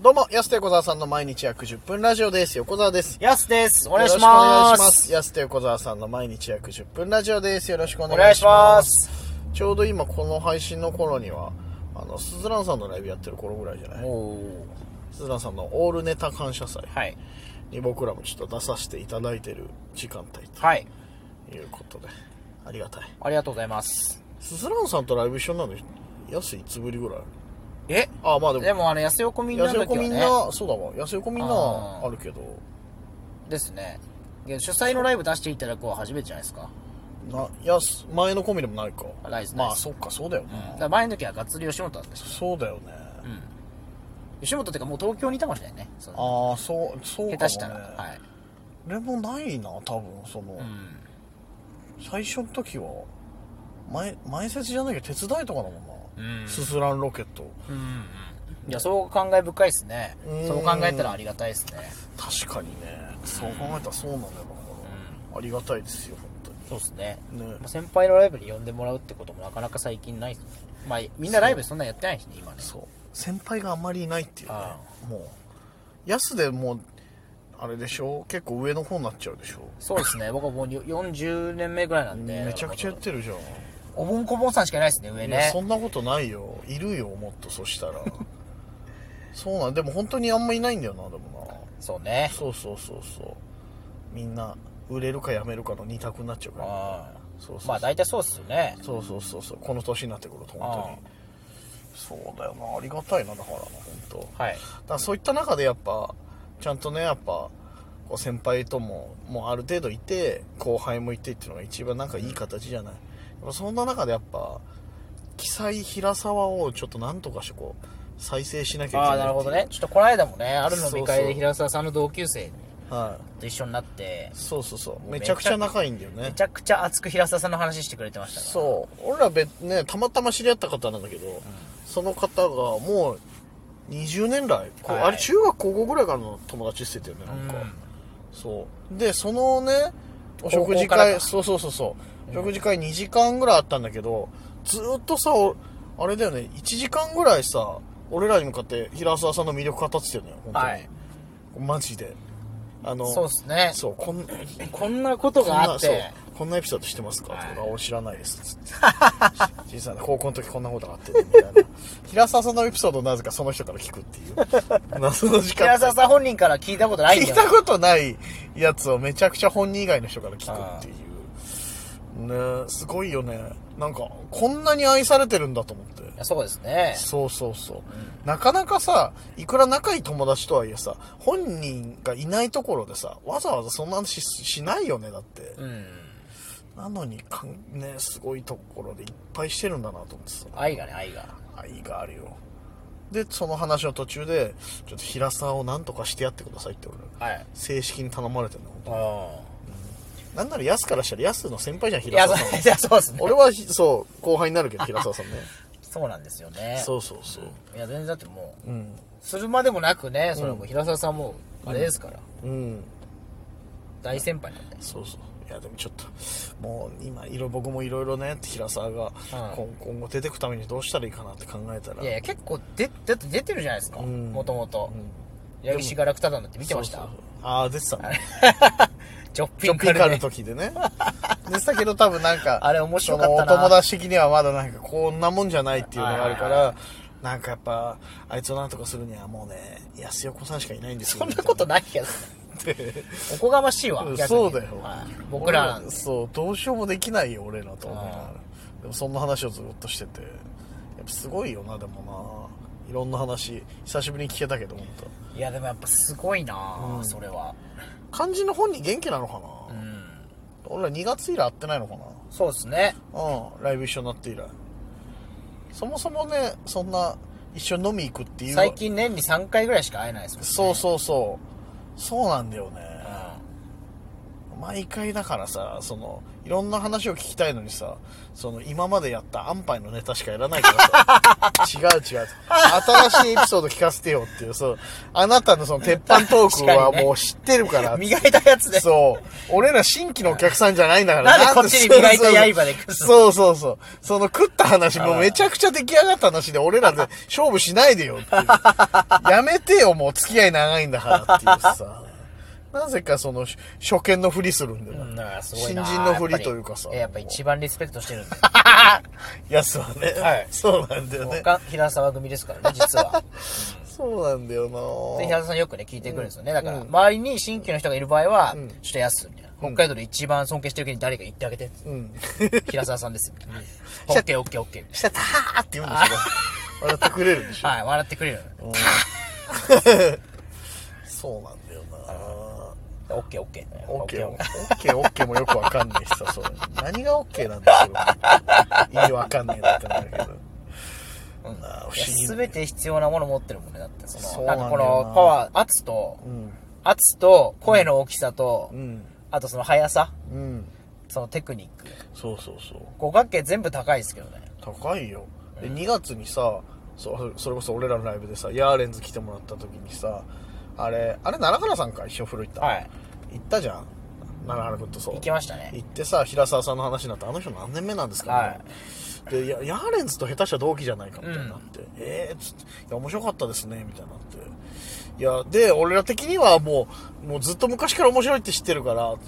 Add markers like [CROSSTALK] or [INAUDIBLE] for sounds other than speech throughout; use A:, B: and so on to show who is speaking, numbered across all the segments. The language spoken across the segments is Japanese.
A: どうも、安手横沢さんの毎日約10分ラジオです。横沢です。
B: やすです。お
A: お
B: 願いしま
A: 願いします。
B: す。
A: 安手横沢さんの毎日約10分ラジオです。よろしくお
B: お
A: 願
B: 願
A: い
B: い
A: し
B: し
A: ま。
B: ますす。
A: ちょうど今この配信の頃には、あの、スズランさんのライブやってる頃ぐらいじゃない
B: お
A: スズランさんのオールネタ感謝祭
B: はい。
A: に僕らもちょっと出させていただいてる時間帯
B: はい。
A: ということで、ありがたい。
B: ありがとうございます。
A: スズランさんとライブ一緒になるの、安いつぶりぐらい
B: え
A: ああ、まあでも、
B: でもあの、安横みんなの
A: 安
B: 時
A: 横
B: は
A: みん
B: ね、
A: な、そうだわ。安横みんなはあるけど、
B: ですね。いや主催のライブ出していただくのは初めてじゃないですか。
A: な、いや、す前のコンビでもないか。
B: ないです
A: ま
B: な
A: あ、
B: いです
A: そっか、そうだよね。
B: だから前の時はがっつり吉本だったし。
A: そうだよね。
B: うん。吉本っていうかもう東京にいたかもしれないね。そう
A: ああ、そう、そうかも、ね。
B: 下手したら。はい。
A: 俺もないな、多分、その、
B: うん。
A: 最初の時は、前、前説じゃなきゃ手伝いとかだもんな。
B: うん
A: すすらんロケット。
B: うんうん。いや、そう考え深いですね
A: うん。
B: そう考えたらありがたいですね。
A: 確かにね、そう考えたらそうなんだよな、ありがたいですよ、本
B: そうですね。
A: 当に。ね
B: まあ。先輩のライブに呼んでもらうってこともなかなか最近ないですねまあみんなライブそんなやってないしね今ね
A: そう。先輩があんまりいないっていうね
B: あ。
A: もう、安でもう、あれでしょ結構上の方になっちゃうでしょ
B: そうですね僕はもう40年目ぐらいなんで
A: めちゃくちゃやってるじゃん。
B: おぼんこぼんさんしかいないですね上
A: いや
B: ね
A: そんなことないよいるよもっとそしたら
B: [LAUGHS]
A: そうなんでも本当にあんまいないんだよなでも
B: そうね
A: なそうそうそうそうみんな売れるか辞めるかの二択になっちゃうから
B: ああ
A: そうそうそう
B: まあ大体そうっすよね
A: そうそうそうそうこの年になってくると本当にそうだよなありがたいなだからな本当だか
B: はい
A: らそういった中でやっぱちゃんとねやっぱこう先輩とももうある程度いて後輩もいてっていうのが一番なんかいい形じゃないやっぱそんな中でやっぱ記載平沢をちょっとなんとかしてこう再生しなきゃいけない
B: ああなるほどね
A: って
B: ちょっとこの間もねある
A: そう
B: 飲
A: そう
B: み会で平沢さんの同級生
A: いうは
B: と一緒になって
A: いそうそうそうめ
B: め
A: ち
B: ち
A: ゃ
B: ゃ
A: く
B: く
A: ち
B: ち
A: ゃ
B: ゃ
A: 仲いいんだよね
B: めちゃくちゃ熱く平沢さんの話してくれてましたから
A: そう俺ら別ねたまたま知り合った方なんだけど、その方がもう20年来、こう
B: はい
A: あれ中学高校ぐらいからの友達してたよねなんか、
B: うん
A: そうでそのねお食事
B: 高校から
A: 会
B: か
A: そうそうそうそう、食事会2時間ぐらいあったんだけどずーっとさおあれだよね1時間ぐらいさ俺らに向かって平沢さんの魅力語ってたよね本当に、
B: はい
A: マジであの
B: そうっすね
A: そうこん
B: こんなこと
A: こん
B: があ
A: な
B: っ
A: そう
B: て
A: こんなエピソードしてますか、
B: はい
A: とか俺知らないですつって小さな高校の時こんなことがあってみたいな [LAUGHS] 平沢さんのエピソードをなぜかその人から聞くっていう [LAUGHS] 謎の時間
B: 平沢さん本人から聞いたことないんだ
A: 聞いた
B: よ
A: ことないやつをめちゃくちゃ本人以外の人から聞くっていうねすごいよねなんかこんなに愛されてるんだと思って
B: いやそうですね
A: そうそうそう、なかなかさいくら仲いい友達とはいえさ本人がいないところでさわざわざそんな話ししないよねだって、
B: うん
A: なのにかんねすごいところでいっぱいしてるんだなと思ってさ
B: 愛がね愛が
A: 愛があるよでその話の途中でちょっと平沢をなんとかしてやってくださいって俺
B: はい
A: 正式に頼まれてるの
B: あ
A: なんならヤスからしたらヤスの先輩じゃん
B: い
A: 平
B: やそ
A: 沢
B: う
A: さん
B: いやそうですね
A: 俺はひそう後輩になるけど平沢さん
B: [LAUGHS]
A: ね
B: そうなんですよね
A: そうそうそう
B: いや全然だってもう
A: うん
B: するまでもなくねそれはもう平沢さんもあれですから、
A: うん
B: 大先輩なんで
A: そうそういやでもちょっともう今いろ僕もいろいろね平沢が今今後出てくためにどうしたらいいかなって考えたら
B: いやいや結構でだって出てるじゃないですか
A: ん
B: もともと
A: うん
B: 八木しがらくただのって見てました
A: そうそうそうああ出てたね
B: ジョッピ
A: ジョ
B: ン
A: ッ
B: グ
A: ピンカ
B: カ
A: ル
B: ル
A: の
B: ね
A: 時でね。でしたけど多分なんか、
B: あれ面白かったな
A: そのお友達的にはまだなんかこんなもんじゃないっていうのがあるか
B: はいはい
A: ら、なんかやっぱ、あいつをなんとかするにはもうね、安横さんしかいないんですよ。
B: そんなこと
A: な
B: ないけどね
A: [LAUGHS]
B: おこがましいわ
A: うん
B: 逆に
A: そうだよ
B: はい僕らなんです
A: そう、どうしようもできないよ、俺らと思いながら
B: あ。
A: でもそんな話をずっとしてて。やっぱすごいよな、でもな。いろんな話、久しぶりに聞けたけど、本
B: いやでもやっぱすごいな、
A: うん
B: それは
A: 当。肝心の本人元気なのか
B: う
A: な、
B: ん
A: 俺ら2月以来会ってないのかな
B: そうですね
A: うん、ライブ一緒になって以来。そもそもね、そんな、一緒に飲み行くっていう。
B: 最。近年に3回ぐらいしか会えないですもんね
A: そうそうそう。そうなんだよね。
B: うん
A: 毎回だからさそのいろんな話を聞きたいのにさその今までやった安牌のネタしかやらないから
B: [LAUGHS]
A: さ違う違う新しいエピソード聞かせてよっていうそうあなたのその鉄板トークは
B: 確かにね
A: もう知ってるから、
B: 磨いたやつで。
A: そう俺ら新規のお客さんじゃないんだから
B: なんでこっちに磨いた刃で食う
A: そうそうそう。その食った話もめちゃくちゃ出来上がった話で俺らで勝負しないでよって
B: [LAUGHS]
A: いう。やめてよ、もう付き合い長いんだからっていうさ。なぜかその、初初見のふりするんだよ
B: うん、
A: な。
B: なんかすごいな
A: 新人のふりというかさ
B: やっぱりえやっぱ一番リスペクトしてるんで。
A: やつはね。
B: はい
A: そうなんだよね。
B: 他平沢組ですからね、実は。
A: そうなんだよ
B: で
A: な
B: 平田さんよくね聞いてくるんですよねだから、周りに新規の人がいる場合は、ちょっとやすみたいな北海道で一番尊敬してる時に誰か言ってあげて、
A: うん。
B: 平沢さんですみたいなオッケーオッケーオッケ
A: したたーって言うんでしょ笑ってくれるでし
B: ー
A: ょ
B: はい笑ってくれるのね
A: そうなんだよな
B: オッケーオッケー
A: オッケー、
B: オ
A: オ
B: ッケ
A: ッケー、オッケーもよくわかんないしさ、そう。何がオッケーなんですよ。意味わかんないなってなるけど。なあ不思
B: ーいや
A: 議。
B: 全て必要なもの持ってるもんねだってその
A: そうな
B: なんん
A: だ
B: か
A: よな
B: このパワー圧と、
A: うん。
B: 圧と声の大きさと、
A: うん。
B: あとその速さ
A: うん。
B: そのテクニック
A: そうそうそう。
B: 五角形全部高いですけどね
A: 高いよ。で、2月にさ、そそれこそ俺らのライブでさ、ヤーレンズ来てもらった時にさ、あれ、あれ、奈良原さんか一緒風呂行った。
B: はい
A: 行ったじゃん。奈良原君とそう。
B: 行きましたね
A: 行ってさ、平沢さんの話になって、あの人何年目なんですか、
B: はい
A: みたいなで、やヤーレンズと下手した同期じゃないかみたいになって、えー、つって、いや、面白かったですね、みたいになって。いや、で、俺ら的にはもう、もうずっと昔から面白いって知ってるから、も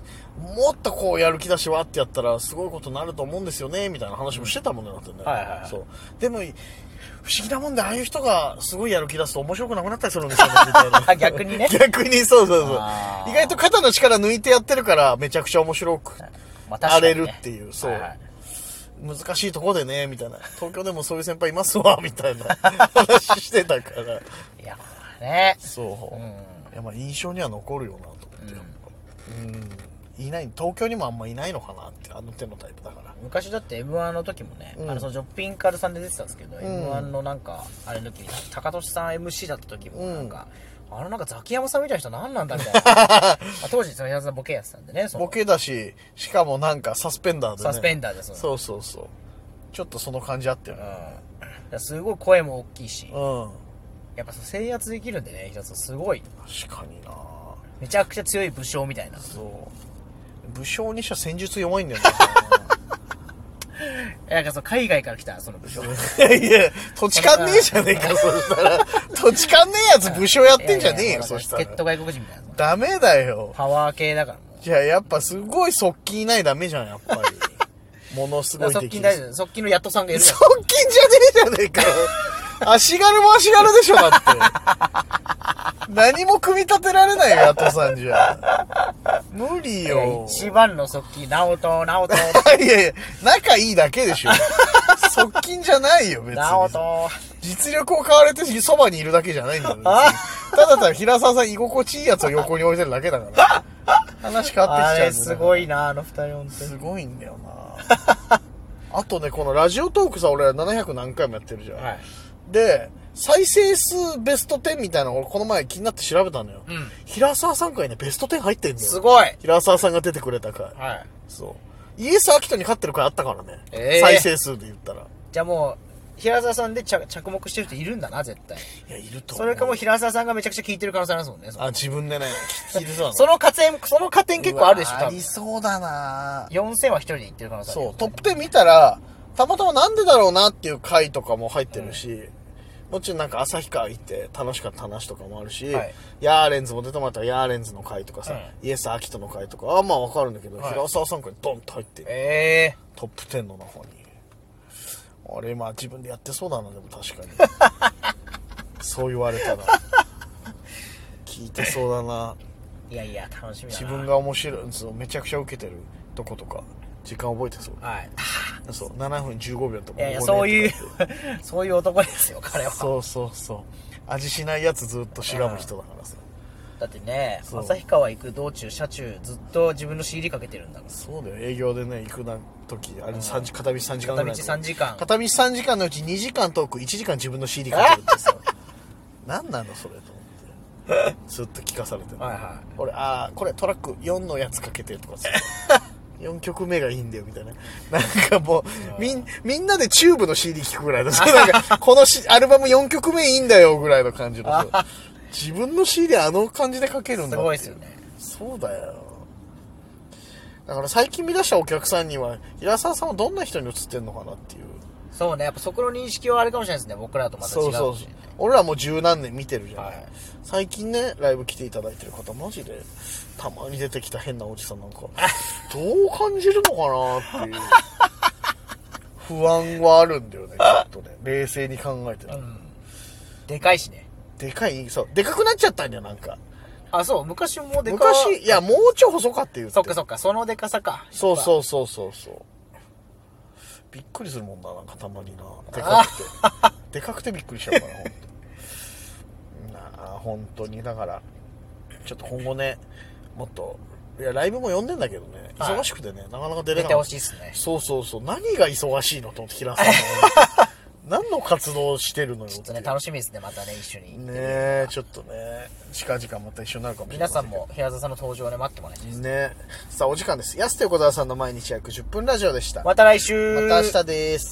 A: っとこうやる気出しわってやったら、すごいことになると思うんですよね、みたいな話もしてたもんね、だってね。
B: はいはいはい
A: そう。でも、不思議なもんで、ああいう人がすごいやる気出すと面白くなくなったりするんですよね、みたいな
B: [LAUGHS] 逆にね
A: 逆に、そうそうそう
B: あ。ー
A: 意外と肩の力抜いてやってるから、めちゃくちゃ面白く
B: まあ
A: 荒
B: 確か
A: れ
B: にね
A: るっていう、そう、
B: はいはい
A: 難しいとこでね、みたいな。東京でもそういう先輩いますわ、 [LAUGHS] みたいな話してたから。
B: いやこれはね
A: そう。
B: うん
A: いや、まあ印象には残るよな、と思って、やっぱうん。いない、東京にもあんまいないのかなって、あの手のタイプだから。
B: 昔だって m 1の時もね、
A: うん
B: あのそのジョッピンカルさんで出てたんですけど、m 1のなんかあれの時に高俊さん MC だった時も
A: うん
B: なんか、あのなんかザキヤマさんみたいな人何なんだみ
A: [LAUGHS]
B: たいなまあ当時その平田さんボケやってたんでねその
A: ボケだし、しかもなんかサスペンダーでね。
B: サスペンダーでその
A: そうそうそう。ちょっとその感じあったよ
B: うん
A: ね。
B: だからすごい声も大きいし、
A: うん。
B: やっぱその制圧できるんでね平田さんすごい
A: 確かにな
B: めちゃくちゃ強い武将みたいな
A: そう。武将にしちゃ戦術弱いんだよ
B: なんかその海外から来たその武将
A: な。いや、土地勘ねえじゃねえか、そしたら。土地勘ねえやつ武将やってんじゃねえ
B: いやいや
A: よ、
B: もう
A: そした
B: 助っ人
A: ら。
B: 外国人みたいな
A: ダメだよ。
B: パワー系だからもう
A: じゃあやっぱすごい側近いないダメじゃん、やっぱり。
B: [LAUGHS]
A: ものす
B: だか
A: ご
B: ら
A: い
B: 側
A: 敵
B: 近大臣側近のやっとさんがいるから
A: 側近じゃねえじゃねえかよ。足軽も足軽でしょ、だって。何も組み立てられないよ、ヤトさんじゃ。無理
B: いや
A: よ。
B: 一番の側近直人
A: [LAUGHS]
B: 直人
A: いやいや、仲いいだけでしょ。側近じゃないよ、別に。
B: 直人
A: 実力を買われてそばにいるだけじゃないんだよ。別にただただ平沢さん居心地いいやつを横に置いてるだけだから。話変わ
B: あ
A: って
B: れ
A: きちゃうんだよ
B: すごいなあの二人本当に
A: すごいんだよな [LAUGHS] あとね、このラジオトークさ、俺ら700何回もやってるじゃん。
B: はい
A: で、再生数ベスト10みたいなのをこの前気になって調べたのよ。
B: うん
A: 平沢さん回ね、ベスト10入ってんだよ。
B: すごい
A: 平沢さんが出てくれた回。
B: はい
A: そう。イエス・アキトに勝ってる回あったからね。
B: ええ
A: 再生数で言ったら。
B: じゃあもう平沢さんで着着目してる人いるんだな絶対
A: いや、いると思。
B: そうれかもう平沢さんがめちゃくちゃ聞いてる可能性ありますもんねその
A: あ、自分でね、聞いてた
B: [LAUGHS]
A: の。
B: その加点その加点結構あるでしょ
A: うわ
B: 多
A: あ
B: 分
A: りそうだな
B: 4000は一人で行ってる可能性ある
A: そう、トップ10見たら、たまたまなんでだろうなっていう回とかも入ってるし、もちろんなんか旭川行って楽しかった話とかもあるし、
B: はい
A: ヤーレンズも出てもらったらヤーレンズの回とかさ、
B: う
A: イエス・アキトの回とか、あまあわかるんだけど、
B: はい
A: 平沢さんからドンと入ってる、
B: ええ
A: トップ10の中に。あれ、まあ自分でやってそうだな、でも確かに。 [LAUGHS] そう言われたら。聞いてそうだな。
B: いやいや楽しみだ
A: 自
B: な
A: 分が面白い、そうめちゃくちゃ受けてるとことか、時間覚えてそう。
B: はい
A: そう7分15秒とか
B: いやいや
A: も
B: そう
A: ね
B: いう [LAUGHS]
A: とか言って
B: そういう男ですよ彼は
A: そうそうそう味しないやつずっとしらむ人だからさ
B: だってね
A: そう
B: 旭川行く道中車中ずっと自分の CD かけてるんだもん
A: そうだよ営業でね行くな時あれ三時片道3時間ぐ
B: 片
A: ら
B: 道
A: い
B: 3時間
A: 片道3時間のうち2時間トーク1時間自分の CD かけるってさ何なのそれと思ってずっと聞かされてる
B: はいは
A: 俺ああこれトラック4のやつかけてと
B: [LAUGHS]
A: かさ4曲目がいいんだよみたいななんかもうみんみんなでチューブの CD 聞くぐらいだそうなんかこのしアルバム4曲目いいんだよぐらいの感じの
B: [LAUGHS]
A: そう自分の CD あの感じでかけるんだって
B: すごいっすよね
A: そうだよだから最近見出したお客さんには平沢さんはどんな人に映ってんのかなっていう
B: そうねやっぱそこの認識はあれかもしれないですね僕らとまた違
A: そううそう
B: かもしれない
A: 俺らもう十何年見てるじゃない、
B: はい
A: 最近ねライブ来ていただいてる方マジでたまに出てきた変なおじさんなんかどう感じるのかなっていう
B: [LAUGHS]
A: 不安はあるんだよねちょっとね冷静に考えてる、
B: でかいしね
A: でかいそうでかくなっちゃったんじゃなんか
B: あそう昔もでか
A: 昔いやもうちょい細かって言って
B: そっかそっかそのでかさか
A: そう
B: う
A: そうそうそうそうびっくりするもんななんかたまになでかく
B: [LAUGHS]
A: てでかくてびっくりしちゃうからほんとなあ本当にだからちょっと今後ねもっといやライブも呼んでんだけどね、
B: はい
A: 忙しくてねなかなか出れ
B: 出
A: なか
B: てほ
A: っ
B: しいっすね
A: たそうそうそう何が忙しいのと思って平さんの
B: [LAUGHS]
A: 何の活動をしてるのよ
B: ちょっ
A: って
B: とね楽しみですねまたね一緒に
A: ねえちょっとね近々また一緒になるかもしれない
B: 皆さんも平沢さんの登場をね待ってもらいたいです
A: ねさあお時間です安手小沢さんの毎日約10分ラジオでしたま
B: また来週
A: た明日です